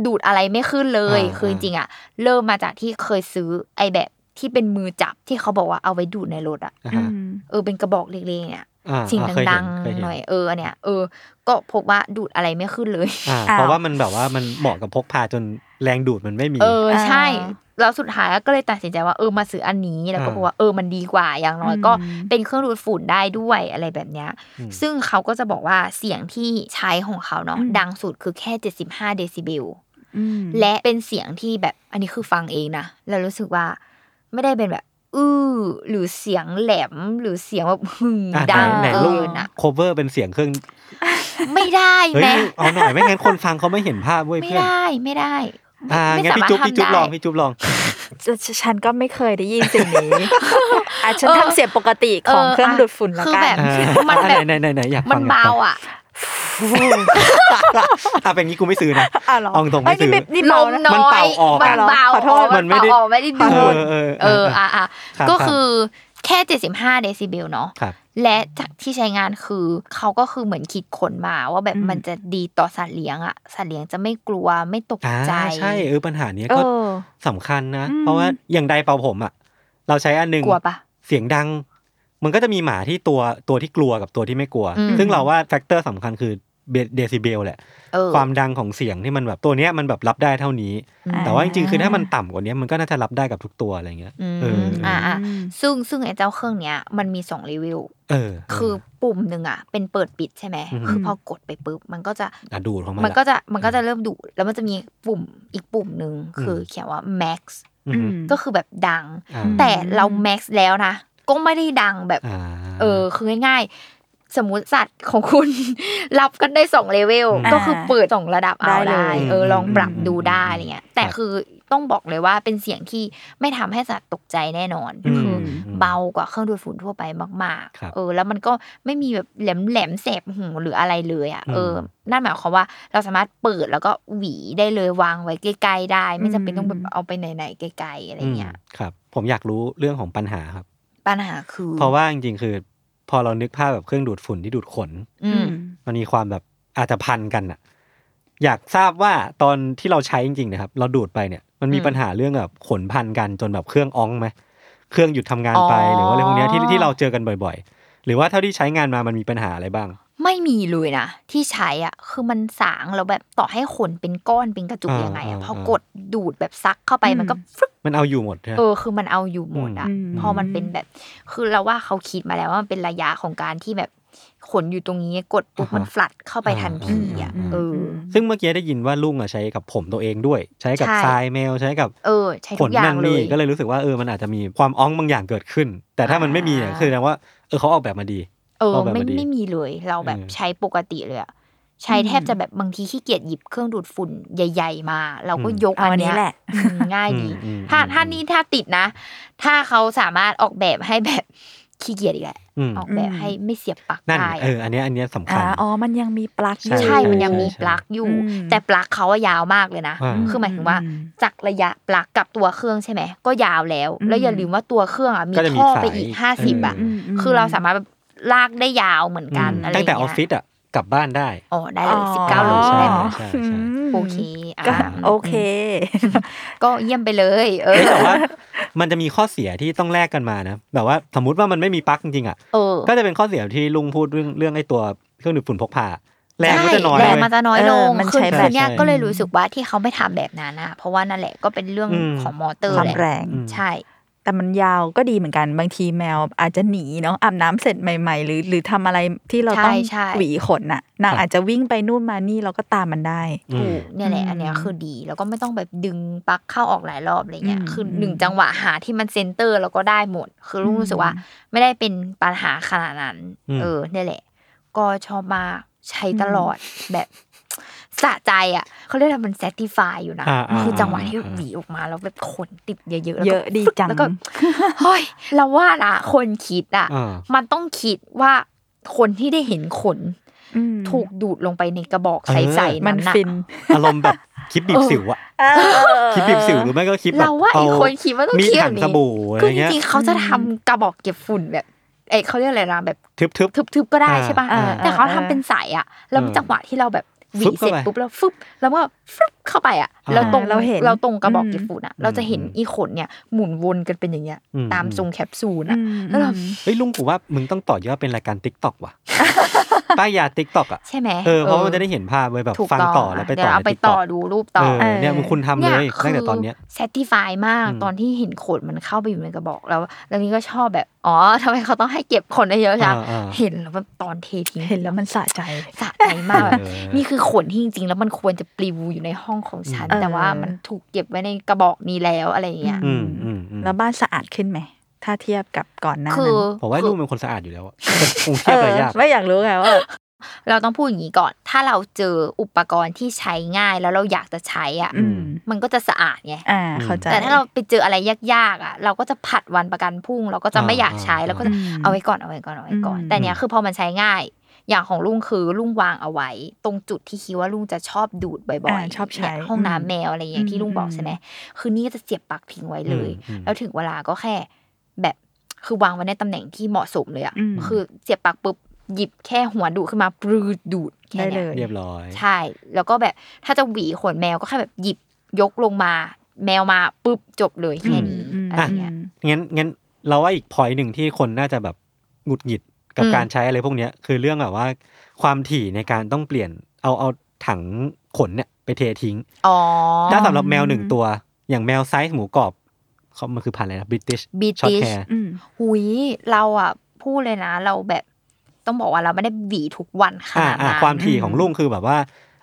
ดูดอะไรไม่ขึ้นเลย อ่า คือจ อ่า ริงๆอ่ะ เริ่มมาจากที่เคยซื้อไอแบบที่เป็นมือจับที่เขาบอกว่าเอาไว้ดูดในรถอ่ะ อ่า อื ฮะ ม เออเป็นกระบอกเล็กๆเนี่ย อ่า สิ่ง อ่าเคยเห็ ดัง เคย ๆ เห น่อยเอออันเนี่ยเออ ก็พบว่าดูดอะไรไม่ขึ้นเลย อ่า อ้าว เพราะว่ามันแบบว่ามันเหมาะกับพกพาจนแรงดูดมันไม่มี เออใช่ อ่า แล้วสุดท้ายก็เลยตัดสินใจว่าเออมาซื้ออันนี้แล้วก็ อ่า บอกว่าเออมันดีกว่าอย่างน้อยก็ อืม เป็นเครื่องดูดฝุ่นได้ด้วยอะไรแบบเนี้ย อืม ซึ่งเขาก็จะบอกว่าเสียงที่ใช้ของเขาเนาะดังสุดคือแค่ 75เดซิเบล อืม และเป็นเสียงที่แบบอันนี้คือฟังเองนะแล้วรู้สึกว่าไม่ได้เป็นแบบ อื้อหรือเสียงแหลมหรือเสียงแบบหึ่ง อ่ะ ดัง ไหนไหน เกิ ลูก นอะ โคเวอร์เป็นเสียงเครื่อง ไม่ได้ เฮ้ย แม่ เอาหน่อยไม่งั้นคนฟังเขาไม่เห็นภาพเว้ย ไม่ เพื่อน ได้ไม่ได้ อ่า ไม่ งั้น สา พี่ มารถทำจุ๊บพี่จุ๊บล ได้ องพี่จุ๊บลอง จะจะฉันก็ไม่เคยได้ยินสิ่งนี้ อ่ะฉันทำเสียงปกติของเครื่องดูดฝุ่นละ คือ กั แบ น บ อ่า มันแบบ ไหนไหนไหนไหนอยากฟัง มันเบาอ่ะ อ่ะเป็นงี้กูไม่ซื้อนะ อ่ะเหรอ เอาตรงๆไม่ซื้อ เยนี่ ล เบาม นะ น้อย มันเป่าออก มั อะ นเบา ขอโทษ มัน มันไม่ เป่าอได้อกไม่ได้ดูด เออเออเออ เอออ่ะอ่ะ ครับ ก็ ครับ คือแ แค่ 75เดซิเบลเนาะ ครับ และจากที่ใช้งานคือเขาก็คือเหมือนคิดค้นมาว่าแบบ อืม มันจะดีต่อสัตว์เลี้ยงอะสัตว์เลี้ยงจะไม่กลัวไม่ตก อ่า ใจ ใช่เออปัญหาเนี้ย เอ ก็ อ สำคัญนะ อืม เพราะว่าอย่างไดเป่าผมอ่ะ เราใช้อันหนึง กลัวปะ เสียงดัง มันก็จะมีหมาที่ตัวตัวที่กลัวกับตัวที่ไม่กลัว อืม ซึ่งเราว่าแฟกเตอร์สำคัญคือเดซิเบลแหละ เออ ความดังของเสียงที่มันแบบตัวเนี้ยมันแบบรับได้เท่านี้ อืม แต่ว่าจริงๆคือถ้ามันต่ำกว่านี้มันก็น่าจะรับได้กับทุกตัวอะไรเงี้ย อืม เอออ่ อ่าอ่า อืม ซึ่งซึ่งไอ้เจ้าเครื่องเนี้ยมันมีสองรีวิว เออ คือปุ่มหนึ่งอะเป็นเปิดปิดใช่ไหม อืม คือพอกดไปปุ๊บมันก็จะ อะดูดของมัน มันก็ ละ จะมันก็จะเริ่มดุแล้วมันจะมีปุ่มอีกปุ่มหนึ่งคืออ ม เขียนว่า max อืม ก็คือแบบดัง อ่า แต่เรา max แล้วนะ ก็ไม่ได้ดังแบบ า เออคือง่ายๆ สมมติสัตว์ของคุณ รับกันได้สองเลเวล อ่า ก็คือเปิดสองระดับเอา ได้ ได้ เลย เออลองปรับดูได้ อืม อะไรเงี้ยแต่ ครับ คือต้องบอกเลยว่าเป็นเสียงที่ไม่ทำให้สัตว์ตกใจแน่นอน อืม คืออ ม เบากว่าเครื่องดูดฝุ่นทั่วไปมาก ครับ ๆเออแล้วมันก็ไม่มีแบบแหลมแหลมๆแสบหูหรืออะไรเลยอ่ะเอออนั่นหมายความว่าเราสามารถเปิดแล้วก็หวีได้เลยวางไว้ใกล้ๆได้ ไม่จำเป็นต้องแบบเอาไปไหนๆไกลๆอะไรเงี้ย มครับ ผมอยากรู้เรื่องของปัญหาครับ ปัญหาคือ เพราะว่าจริงๆคือ พอเรานึกภาพแบบเครื่องดูดฝุ่นที่ดูดขน อืม มันมีความแบบอาจจะพันกันอะอยากทราบว่าตอนที่เราใช้จริงๆนะครับ เราดูดไปเนี่ย มันมี อืม ปัญหาเรื่องแบบขนพันกันจนแบบเครื่องอ้องไหมเครื่องหยุดทำงานไป อ๋อ หรือว่าอะไรพวกเนี้ยที่ที่เราเจอกันบ่อย ๆ หรือว่าเท่าที่ใช้งานมามันมีปัญหาอะไรบ้าง ไม่มีเลยนะ ที่ใช้อ่ะคือมันสางแล้วแบบต่อให้ขนเป็นก้อนเป็นกระจุก อ่า ยังไงอ่ะ อ่า พอ อ่า กดดูดแบบซักเข้าไป อืม มันก็ฟึบ มันเอาอยู่หมดใช่ไหม เออคือมันเอาอยู่หมดอ่ะ อืม พอมันเป็นแบบ คือเราว่าเขาคิดมาแล้วว่ามันเป็นระยะของการที่แบบขนอยู่ตรงนี้กดปุ๊บ อ่าฮะ มันฟลัดเข้าไปทันทีอ่ะ อืม เออ ซึ่งเมื่อกี้ได้ยินว่าลุงอะใช้กับผมตัวเองด้วย ใช้กับ ใช่ ทรายแมวใช้กับ เออ ใช้ ข ทุ น กอย่า นั่ ง น เล นี่ ย ก็เลยรู้สึกว่าเออมันอาจจะมีความอ้องบางอย่างเกิดขึ้น แต่ถ้ามันไม่มีเนี่ย อ่า คือแสดงว่าเออเขาออกแบบมาดี เออ เอาแบบ ไม่ มาดี ไม่มีเลยเราแบบ เออ ใช้ปกติเลยอะใช้แทบจะแบบบางทีขี้เกียจหยิบเครื่องดูดฝุ่นใหญ่ ๆ มา เราก็ อืม ยก เอา อั อั น น เนี้ยนี้แหละ อืมง่ายดี อืมอืม ถ้า อืม ถ้านี่ถ้าติดนะ ถ้าเขาสามารถออกแบบให้แบบ ขี้เกียจอีกแหละ อืม ออกแบบ อืม ให้ไม่เสียบปลั๊ก นั่น ได้ เอออันเนี้ยอันเนี้ยสำคั อ่า ญ อ๋อมันยังมีปลั๊กอยู่ ใช่ ใช่มันยังมีปลั๊กอยู่ อืม แต่ปลั๊กเขาอะยาวมากเลยนะ อ่า คือหมายถึงว่า จากระยะปลั๊กกับตัวเครื่องใช่ไหม ก็ยาวแล้ว แล้วอย่าลืมว่าตัวเครื่องอะมี ก็จะมี ท่อไป สาย อีกห้าสิบอะ เอ มม คือเราสามารถแบบลากได้ยาวเหมือนกัน อืม อะไร ตั้งแต่ออฟฟิ เงี้ย ศอ่ะกลับบ้านได้ อ๋อได้เลยสิบเก้า อ๋ โล อ ใช่ไหม คะ ใช่ใช่ โอเคอ่ะ ก็โอเค ก็เยี่ยมไปเลยเออ เอ้ยแต่ว่า มันจะมีข้อเสียที่ต้องแลกกันมานะแบบว่าสมมติว่ามันไม่มีปลั๊กจริงๆอ่ะ เออ ก็จะเป็นข้อเสียที่ลุงพูดเรื่องเรื่องไอ้ตัวเครื่องดูดฝุ่นพกพาแรง ใช่ ก็จะน้อย แรง เว้ย มันจะน้อยลง เออมัน คือ ใช้ คื แบ อบ เนี่ย ใช่ ก็เลยรู้สึกว่าที่เขาไม่ทำแบบนั้นนะเพราะว่านั่นแหละก็เป็นเรื่อง อืม ของมอเตอร์ ความ แห แร ละ ง อืม ใช่ แต่มันยาวก็ดีเหมือนกันบางทีแมวอาจจะหนีเนาะอาบน้ำเสร็จใหม่ ๆ หรือหรือทำอะไรที่เราต้องหวีขนน่ะนางอาจจะวิ่งไปนู่นมานี่เราก็ตามมันได้ อื ถู ม กเนี่ยแหละ อืม อันเนี้ยคือดี แล้วก็ไม่ต้องแบบดึงปลั๊กเข้าออกหลายรอบอะไรเงี้ย อืม คือหนึ่งจังหวะหาที่มันเซนเตอร์แล้วก็ได้หมด คือรู้ อืม รู้สึกว่าไม่ได้เป็นปัญหาขนาดนั้น อืม เออเนี่ยแหละ ก็ชอบมากใช้ตลอดแบบสะใจอ่ะเขาเรียกว่ามันแซติฟายอยู่นะ อ่าอ่า คือจังหวะ อ่า ที่ อ่า หวีออกมาแล้วแบบขนติดเยอะๆแล้วก็ เยอะดีจัง แล้วก็ เฮ้ยเราว่านะคนคิดอ่ะ อ่า มันต้องคิดว่าคนที่ได้เห็นขน อืม ถูกดูดลงไปในกระบอกใสๆ มั นั้น นน่ะ ฟิน อารมณ์แบบคลิปบีบสิวอะคลิปบีบสิวหรือไม่ก็คลิปแบบ เราว่าไอ้ เ คนคิดว่าต้อง มีด คิดแบ หั่บนส นี้ บู่อะไร คือจ เงี้ย ริงๆเขาจะทำกระบอกเก็บฝุ่นแบบเอ้ยเขาเรียกอะไรนะแบบ ทึบ ทึบๆก็ได้ใช่ป่ะ อ่า แต่เขาทำเป็นใสอ่ะแล้ว เออ จังหวะที่เราแบบหวี ฟึบ เสร็จ เข้าไป ปุ๊บแล้วฟึบแล้วก็ฟึบเข้าไปอ่ะ อ่า แล้วตรง เราเห็น เราตรงกระบอกเก็บฝุ่นอ่ะ อืม เราจะเห็น อืม อีขนเนี่ยหมุนวนกันเป็นอย่างเงี้ย อืม ตาม อืม ทรงแคปซูล อื อ่ะ ม แล้วเรา ๆเฮ้ยลุงกูว่ามึงต้องต่อยอดเป็นรายการติ๊กต็อก ว่ะ ป้ายยาติ๊กต็อกอ่ะ ใช่ไหม เออเพราะมันจะได้เห็นภาพเลยแบบ ถูก ฟังต่อแล้วไป เดี๋ยต่อ วเอาไป ใน ต่อ TikTok ดูรูปต่อ เออเนี่ยมึงคุณทำเลยตั้งแต่ตอนเนี้ย แซติฟายมาก อืม ตอนที่เห็นขนมันเข้าไปอยู่ในกระบอกแล้ว แล้วนี่ก็ชอบแบบ อ๋อทำไมเขาต้องให้เก็บขนได้เยอะจัง อ่าอ่า เห็นแล้วแบบตอนเททิ้ง เห็นแล้วมันสะใจ สะใจมากแบบ เออ นี่คือขนที่จริงๆ แล้วมันควรจะปลิวอยู่ในห้องของฉัน อืม แต่ว่ามันถูกเก็บไว้ในกระบอกนี้แล้วอะไรอย่างเงี้ย อืมอืมอืม แล้วบ้านสะอาดขึ้นไหม ถ้าเทียบกับก่อนหน้า คื นั้ อน ผมว่าลุงเป็นคนสะอาดอยู่แล้วอะคงเทียบอะไรยาก ไม่อยากรู้ไงว่า เราต้องพูดอย่างนี้ก่อน ถ้าเราเจออุปกรณ์ที่ใช้ง่ายแล้วเราอยากจะใช้อ่ะ อืม มันก็จะสะอาดไง อ่า เข้าใจ แต่ถ้าเราไปเจออะไรยากๆอ่ะ เราก็จะผัดวันประกันพรุ่ง เราก็จะไม่อยากใช้ อ่า เราก็จะ อืม เอาไว้ก่อนเอาไว้ก่อนเอาไว้ก่อน อืม แต่เนี้ยคือพอมันใช้ง่าย อย่างของลุงคือลุงวางเอาไว้ ตรงจุดที่คิดว่าลุงจะชอบดูดบ่อย อ่า ๆ ชอบใช้ เนี่ยห้องน้ำแมวอะไรอย่างที่ อืม ลุงบอกใช่ไหมคือนี่ก็จะเสียบปลั๊กทิ้งไว้เลย อืมอืม แล้วถึงเวลาก็แค่แบบ คือวางไว้ในตำแหน่งที่เหมาะสมเลยอะ อืม คือเสียบปลักปุ๊บหยิบแค่หัวดูดขึ้นมาปรืดดูดแค่ ได้ เนี้ เลย ย เรียบร้อย ใช่ แล้วก็แบบถ้าจะหวีขนแมวก็แค่แบบหยิบยกลงมา แมวมาปุ๊บจบเลยแค่นี้ อืม อะไรเงี้ย อืม งั้นงั้นเราว่าอีกพอยหนึ่งที่คนน่าจะแบบหงุดหงิดกับ อืม การใช้อะไรพวกเนี้ยคือเรื่องแบบว่าความถี่ในการต้องเปลี่ยนเอาเอาถังขนเนี่ยไปเททิ้ง อ๋อ ถ้าสำหรับแมวหนึ่งตัว อย่างแมวไซส์หมูกรอบเขามันคือพันธุ์อะไรนะบริติช British ช็อตแฮร์ อืม หุยเราอ่ะพูดเลยนะ เราแบบต้องบอกว่าเราไม่ได้หวีทุกวันข อ่า นาด อ่า นั้น ความถี่ของลุงคือแบบว่า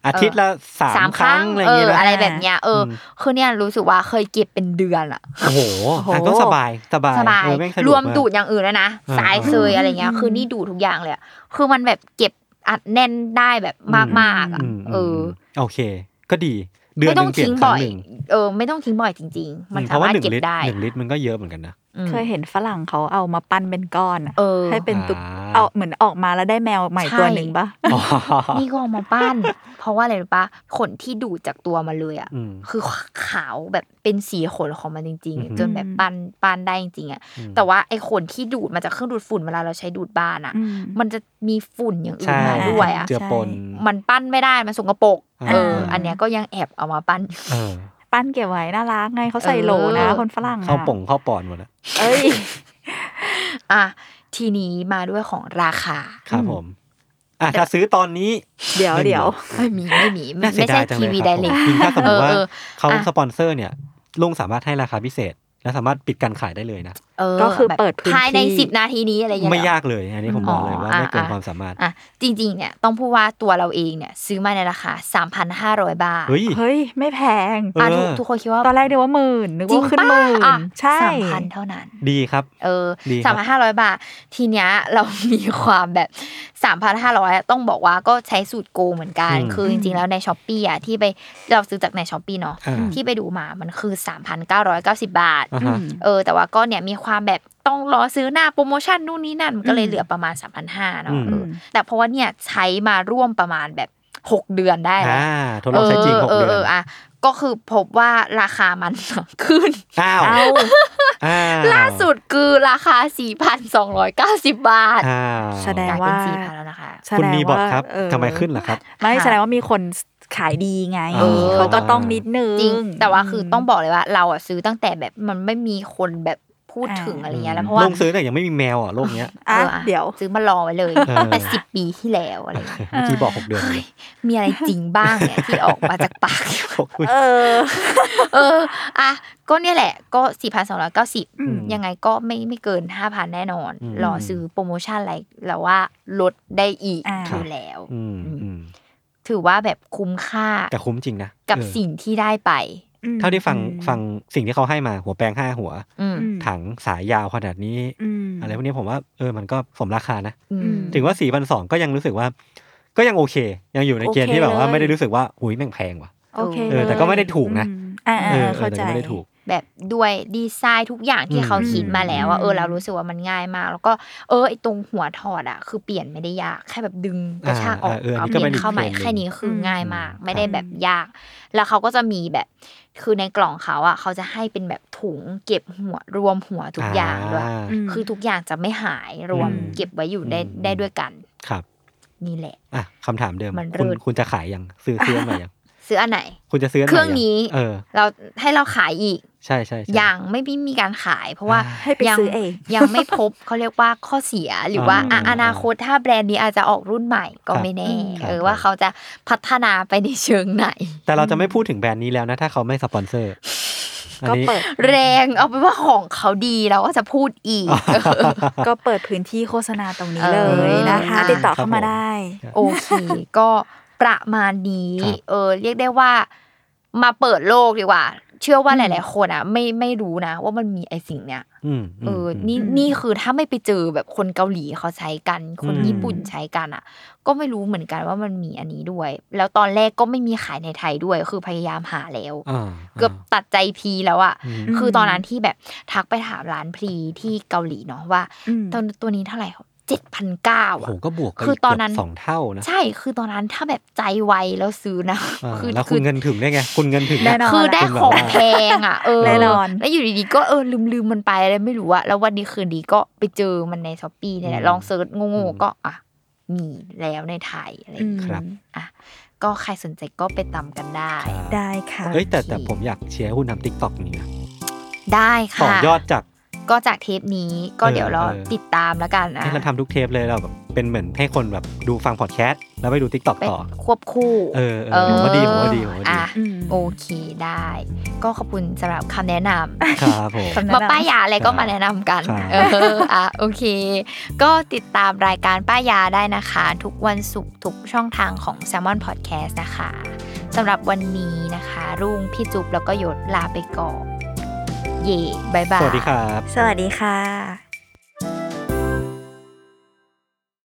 อาทิตย์ละสา สาม ม ค ค รั้ รั้ ง ง อะไรอ เอย่าง อ เงี้ยนะ อะไรแบบเนี้ยเอออ ม คือเนี่ยรู้สึกว่าเคยเก็บเป็นเดือนอะ โอ้โหอ่ะก็สบายสบาย สบาย เออแงสะรดก วม าก ดูดอย่างอื่นแล้วนะ อ่า สายเคย อ่า อะไรเงี้ย อืม คือนี่ดูดทุกอย่างเลยอะคือมันแบบเก็บอัดแน่นได้แบบมากมากๆอะ อืมม เออ โอเค ก็ดี เดือน ไม่ ห ต้ นึ่ อง ง เปลี่ยน ทิ้ง ครั้ บ่องย หนึ่ง เออ ไม่ต้องทิ้งบ่อยจริง ๆ มัน อืเพราะว่ามสาารถ หนึ่ง เก็บ ลิตร ได้ หนึ่งลิตรมันก็เยอะเหมือนกันนะ อืม เคยเห็นฝรั่งเขาเอามาปั้นเป็นก้อนอะ เออ ให้เป็นตุ๊ก อ่า เอาเหมือนออกมาแล้วได้แมวใหม่ ใช่ ตัวหนึ่งปะ อ๋อ นี่ก็เอามาปั้น เพราะว่าอะไรรู้ปะขนที่ดูดจากตัวมาเลยอะ อืม คือขาวแบบเป็นสีขนของมันจริง อือหือ ๆ จนแบบปั้นปั้นได้จริงๆอะ อืม แต่ว่าไอ้ขนที่ดูดมาจากเครื่องดูดฝุ่นเวลาเราใช้ดูดบ้านอ่ะ อืม มันจะมีฝุ่นอย่างอื่ ใช่ นมาด้วยอ่ะ เจือปน มันปั้นไม่ได้ มันสกปรก อ่า เออ อันเนี้ยก็ยังแอบเอามาปั้น เออ ปั้นเก็บไว้น่ารักไงเขาใส่โหลนะ เออ คนฝรั่งอะ เข้าป่งเข้าปอนหมดแล้ว เอ้ย อ่ะ ทีนี้มาด้วยของราคา ครับผม อ่ะถ้าซื้อตอนนี้ เดี๋ยว ไม่มี เดี๋ยว ไม่มีไม่มี น่าเสี ไม่ ยดา ใช่ ยจัง ที เลย วี ค ได รับ เร ผ ก มจริงๆถ้าสมมติว่า เออเออ เขา อ่ะ สปอนเซอร์เนี่ยลุงสามารถให้ราคาพิเศษ และสามารถปิดการขายได้เลยนะ เออ ก็คือ แบบ เปิดพื้น ภายใน ที่ สิบนาทีนี้อะไรอย่างเงี้ย ไม่ เหรอ ยากเลย อันนี้ผมบอกเลยว่าไม่เกินความสามารถ อ่ะ จริง ๆ เนี่ย ต้องพูดว่าตัวเราเองเนี่ย ซื้อมาในราคา 3,500 บาท เฮ้ย เฮ้ย ไม่แพง เออ อ่ะทุกทุกคนคิดว่า ตอนแรกเดียวว่าหมื่นนึก จริง ว่าขึ้น ปะ หมื่น อ่ะ ใช่ สามพันเท่านั้น ดีครับ เออ ดีครั สามบพันห้าร้อยบาท ทีเนี้ยเรามีความแบบสามพันห้าร้อยต้องบอกว่าก็ใช้สูตรโกงเหมือนกัน คือจริงๆแล้วในช้อปปี้อ่ะที่ไปเราซื้อจากในช้อปปี้เนาะ อ่า ที่ไปดูมามันคือ 3,990 บาท อ่า อื ฮะ ม เออแต่ว่าก็เนี่ยมีความแบบต้องรอซื้อหน้าโปรโมชั่นนู่นนี่นั่น มันก็เลยเหลือประมาณ 3,500เนาะ อืม เออแต่เพราะว่าเนี่ยใช้มาร่วมประมาณแบบ 6 เดือนได้แล้ว อ่าทดลองใช้จริงหกเดือน เอออ่ะก็คือพบว่าราคามัน ขึ้น อ้าวอ้ว ล่าสุดคือราคา 4,290 บาท อ้าว แสด ก ง ลายเป็น ว่า 4,000แล้วนะคะ แสดง คุณมีบอก ว่า ครับ เออ ทำไมขึ้นล่ะครับ ไม่ ค่ะ แสดงว่ามีคนขายดีไง เออ เขาก็ต้องนิดนึง จริง แต่ว่าคือต้อง ม บอกเลยว่า เราอ่ะซื้อตั้งแต่แบบมันไม่มีคนแบบพูด อ่า ถึงอะไรเงี้ยแล้วเพราะว่า ลงซื้อแต่ยังไม่มีแมวอ่ะโลกเนี้ย อ่ะ อออ่ะ เดี๋ยว ซื้อมารอไว้เลย เออ ตั้งแต่สิบปีที่แล้วอะไรเงี้ย เมื่อกี้บอกหกเดือนเลย มีอะไรจริงบ้างเนี่ยที่ออกมาจากปาก อุ๊ย เออ เอออ่ะก็เนี่ยแหละก็ 4,290 อืม ยังไงก็ไม่ไม่เกิน 5,000 แน่นอน อืม รอซื้อโปรโมชั่นอะไรแล้วว่าลดได้อีก อ่า อยู่แล้ว อืมอืม ถือว่าแบบคุ้มค่า แต่คุ้มจริงนะ กับ เออ สิ่งที่ได้ไป อืม เท่าที่ฟัง อืม ฟังสิ่งที่เขาให้มาหัวแปลงห้าหัว อืม อืม ถังสายยาวขนาดนี้ ม อะไรพวกนี้ผมว่าเออมันก็สมราคานะ อืม ถึงว่าสี่พันสองก็ยังรู้สึกว่า ก็ยังโอเค ยังอยู่ในเกณฑ์ที่แบบว่า โอเคเลย ไม่ได้รู้สึกว่าหุยแม่งแพงว่ะ โอเค เออแต่ก็ไม่ได้ถูกนะ อืมอ่า เออ ๆ เอ เข้า อแต่ ใจ ก็ไม่ได้ถูก แบบด้วยดีไซน์ทุกอย่างที่ อืม เขาคิดมาแล้วว่า อืม เออเรารู้สึกว่ามันง่ายมาก แล้วก็เออไอตรงหัวถอดอ่ะ คือเปลี่ยนไม่ได้ยากแค่แบบดึงกระชากออก อ่าเอออันนี้ เอา ก็ เปลี่ยนเข้าใหม่ เป็นอีกเทรนด์แค่หนึ่งนี้คือง่ายมาก อืม ไม่ได้แบบยาก แล้วเขาก็จะมีแบบ คือในกล่องเขาอ่ะเขาจะให้เป็นแบบถุงเก็บหัวรวมหัวทุกอย่างด้วย อ่า ม คือทุกอย่างจะไม่หายรวม อืม เก็บไว้อยู่ได้ อืม ได้ด้วยกัน ครับ นี่แหละ อ่ะคำถามเดิม มัน คุณ เลิศ คุณจะขายยังซื้อซื้ออนไหนยัง ซื้ออันไหน คุณจะซื้ออันไหน เครื่ ยั องนี้ เออ เราให้เราขายอีก ใช่ใช่ใช่ ยังไม่มีมีการขายเพราะว่า อ่า ให้ไป ยัง ซื้อเอง ยังไม่พบ เขาเรียกว่าข้อเสียหรือว่า อ่า อ่ะอนาคตถ้าแบรนด์นี้อาจจะออกรุ่นใหม่ก็ ครับ ไม่แน่ ครับ เออ ครับ ว่าเขาจะพัฒนาไปในเชิง ไหน แต่เราจะไม่พูดถึงแบรนด์นี้แล้วนะ ถ้าเขาไม่สปอนเซอร์อัน ก็ นี้ เปิด แรงเอาเป็นว่าของเขาดีเราก็จะพูดอีก ก็เปิดพื้นที่โฆษณาตรงนี้เล เออย นะคะ อ่า ติดต่อ ครับ เข้ามา ผม ได้ โอเค ก็ประมาณนี้ ครับ เออ เรียกได้ว่า มาเปิดโลกดีกว่า เชื่อว่าหลาย ๆ คนอ่ะ ไม่ไม่รู้นะ ว่ามันมีไอสิ่งเนี้ย อืม เออ ม อนี่ อืม นี่คือถ้าไม่ไปเจอแบบคนเกาหลีเขาใช้กัน คน อืม ญี่ปุ่นใช้กันอ่ะ ก็ไม่รู้เหมือนกันว่ามันมีอันนี้ด้วย แล้วตอนแรกก็ไม่มีขายในไทยด้วย คือพยายามหาแล้ว อ่า เกือบตัดใจพีแล้วอ่ะ อืม คือตอนนั้นที่แบบทักไปถามร้านพรีที่เกาหลีเนาะว่า อืม ตัวตัวนี้เท่าไหร่ เจ็ดพันเก้า โอ้ อ่ะ โหก็บวกกั คือตอนนั้น เกืบสองเท่านะ ใช่ คือตอนนั้นถ้าแบบใจไวแล้วซื้อนะ เออแล้วคุณเงินถึงได้ไง คุณเงินถึง แน่นน คือได้ของแพงอ่ะ เออ แน่นอน แล้วอยู่ดีๆก็เออลืมลืมๆมันไปอะไรไม่รู้อะแล้ววันดีคืนดีก็ไปเจอมันในช้อปปี้เนี่ยแหละลองเซิร์ชโง่ๆก็อ่ะมีแล้วในไทยอะไรอย่างเงี้ย ครับ ก็ใครสนใจก็ไปตามกันได้ ได้ค่ะ เอ้ยแต่แต่ผมอยากเชียร์ให้คุณทำติ๊กต็อกนี้นะ ได้ ต่อ ค่ะ ยอดจาก ก็จากเทปนี้ก็ เออ เดี๋ยวเรา เออ ติดตามแล้วกันนะ ที่เราทำทุกเทปเลยเราแบบเป็นเหมือนให้คนแบบดูฟังพอดแคสต์แล้วไปดูติ๊กต็อก ไป ต่อ ควบคู่ เออเออผมว่าดีผมว่าดีผมว่าดี อ่ะ อืม โอเคได้ ก็ขอบคุณสำหรับคำแนะนำ ครับผม คำแนะนำ มาป้ายยาอะไรก็มาแนะนำกัน ครับ เออ อ่ะ โอเค ก็ติดตามรายการป้ายยาได้นะคะ ทุกวันศุกร์ทุกช่องทางของ s ซ l m o n Podcast นะคะสำหรับวันนี้นะคะ รุ่งพี่จุ๊บแล้วก็หยดลาไปก่อน เย่บายบาย สวัสดีครับ สวัสดีค่ะ